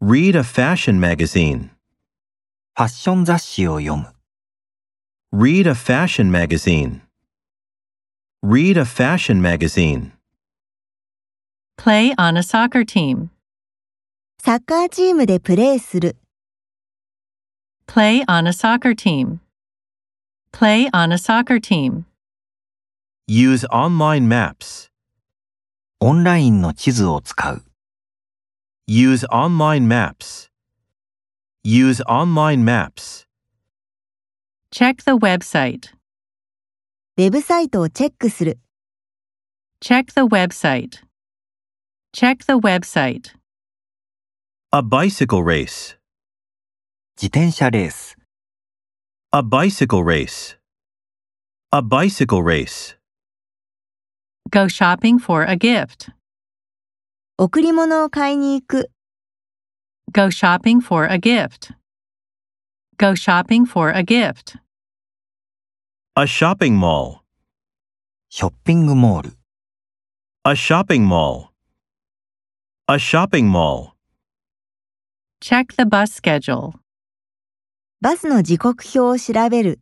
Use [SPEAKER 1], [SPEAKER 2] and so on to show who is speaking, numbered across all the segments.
[SPEAKER 1] Read a fashion magazine.
[SPEAKER 2] ファッション雑誌を読む。
[SPEAKER 1] Read a fashion magazine. Read a fashion magazine.
[SPEAKER 3] Play on a soccer team.
[SPEAKER 4] サッカーチームでプレーする。
[SPEAKER 3] Play on a soccer team. Play on a soccer team.
[SPEAKER 1] Use online maps.
[SPEAKER 2] オンラインの地図を使う。
[SPEAKER 1] Use online maps. Use online maps.
[SPEAKER 3] Check the website.
[SPEAKER 4] ウェブサイトをチェックする。
[SPEAKER 3] Check the website. Check the website.
[SPEAKER 1] A bicycle race.
[SPEAKER 2] 自転車レース。
[SPEAKER 1] A bicycle race. A bicycle race.
[SPEAKER 3] Go shopping for a gift.
[SPEAKER 4] 贈り物を買いに行く。
[SPEAKER 3] Go shopping for a gift. Go shopping for a gift.
[SPEAKER 1] A shopping mall.
[SPEAKER 2] ショッピングモール。
[SPEAKER 1] A shopping mall. A shopping mall.
[SPEAKER 3] Check the bus schedule.
[SPEAKER 4] バスの時刻表を調べる。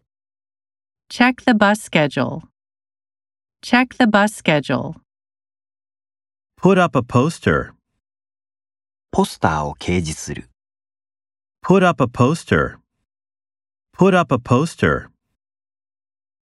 [SPEAKER 3] Check the bus schedule. Check the bus schedule.
[SPEAKER 1] Put up a poster.
[SPEAKER 2] ポスターを掲示する。
[SPEAKER 1] Put up a poster. Put up a poster.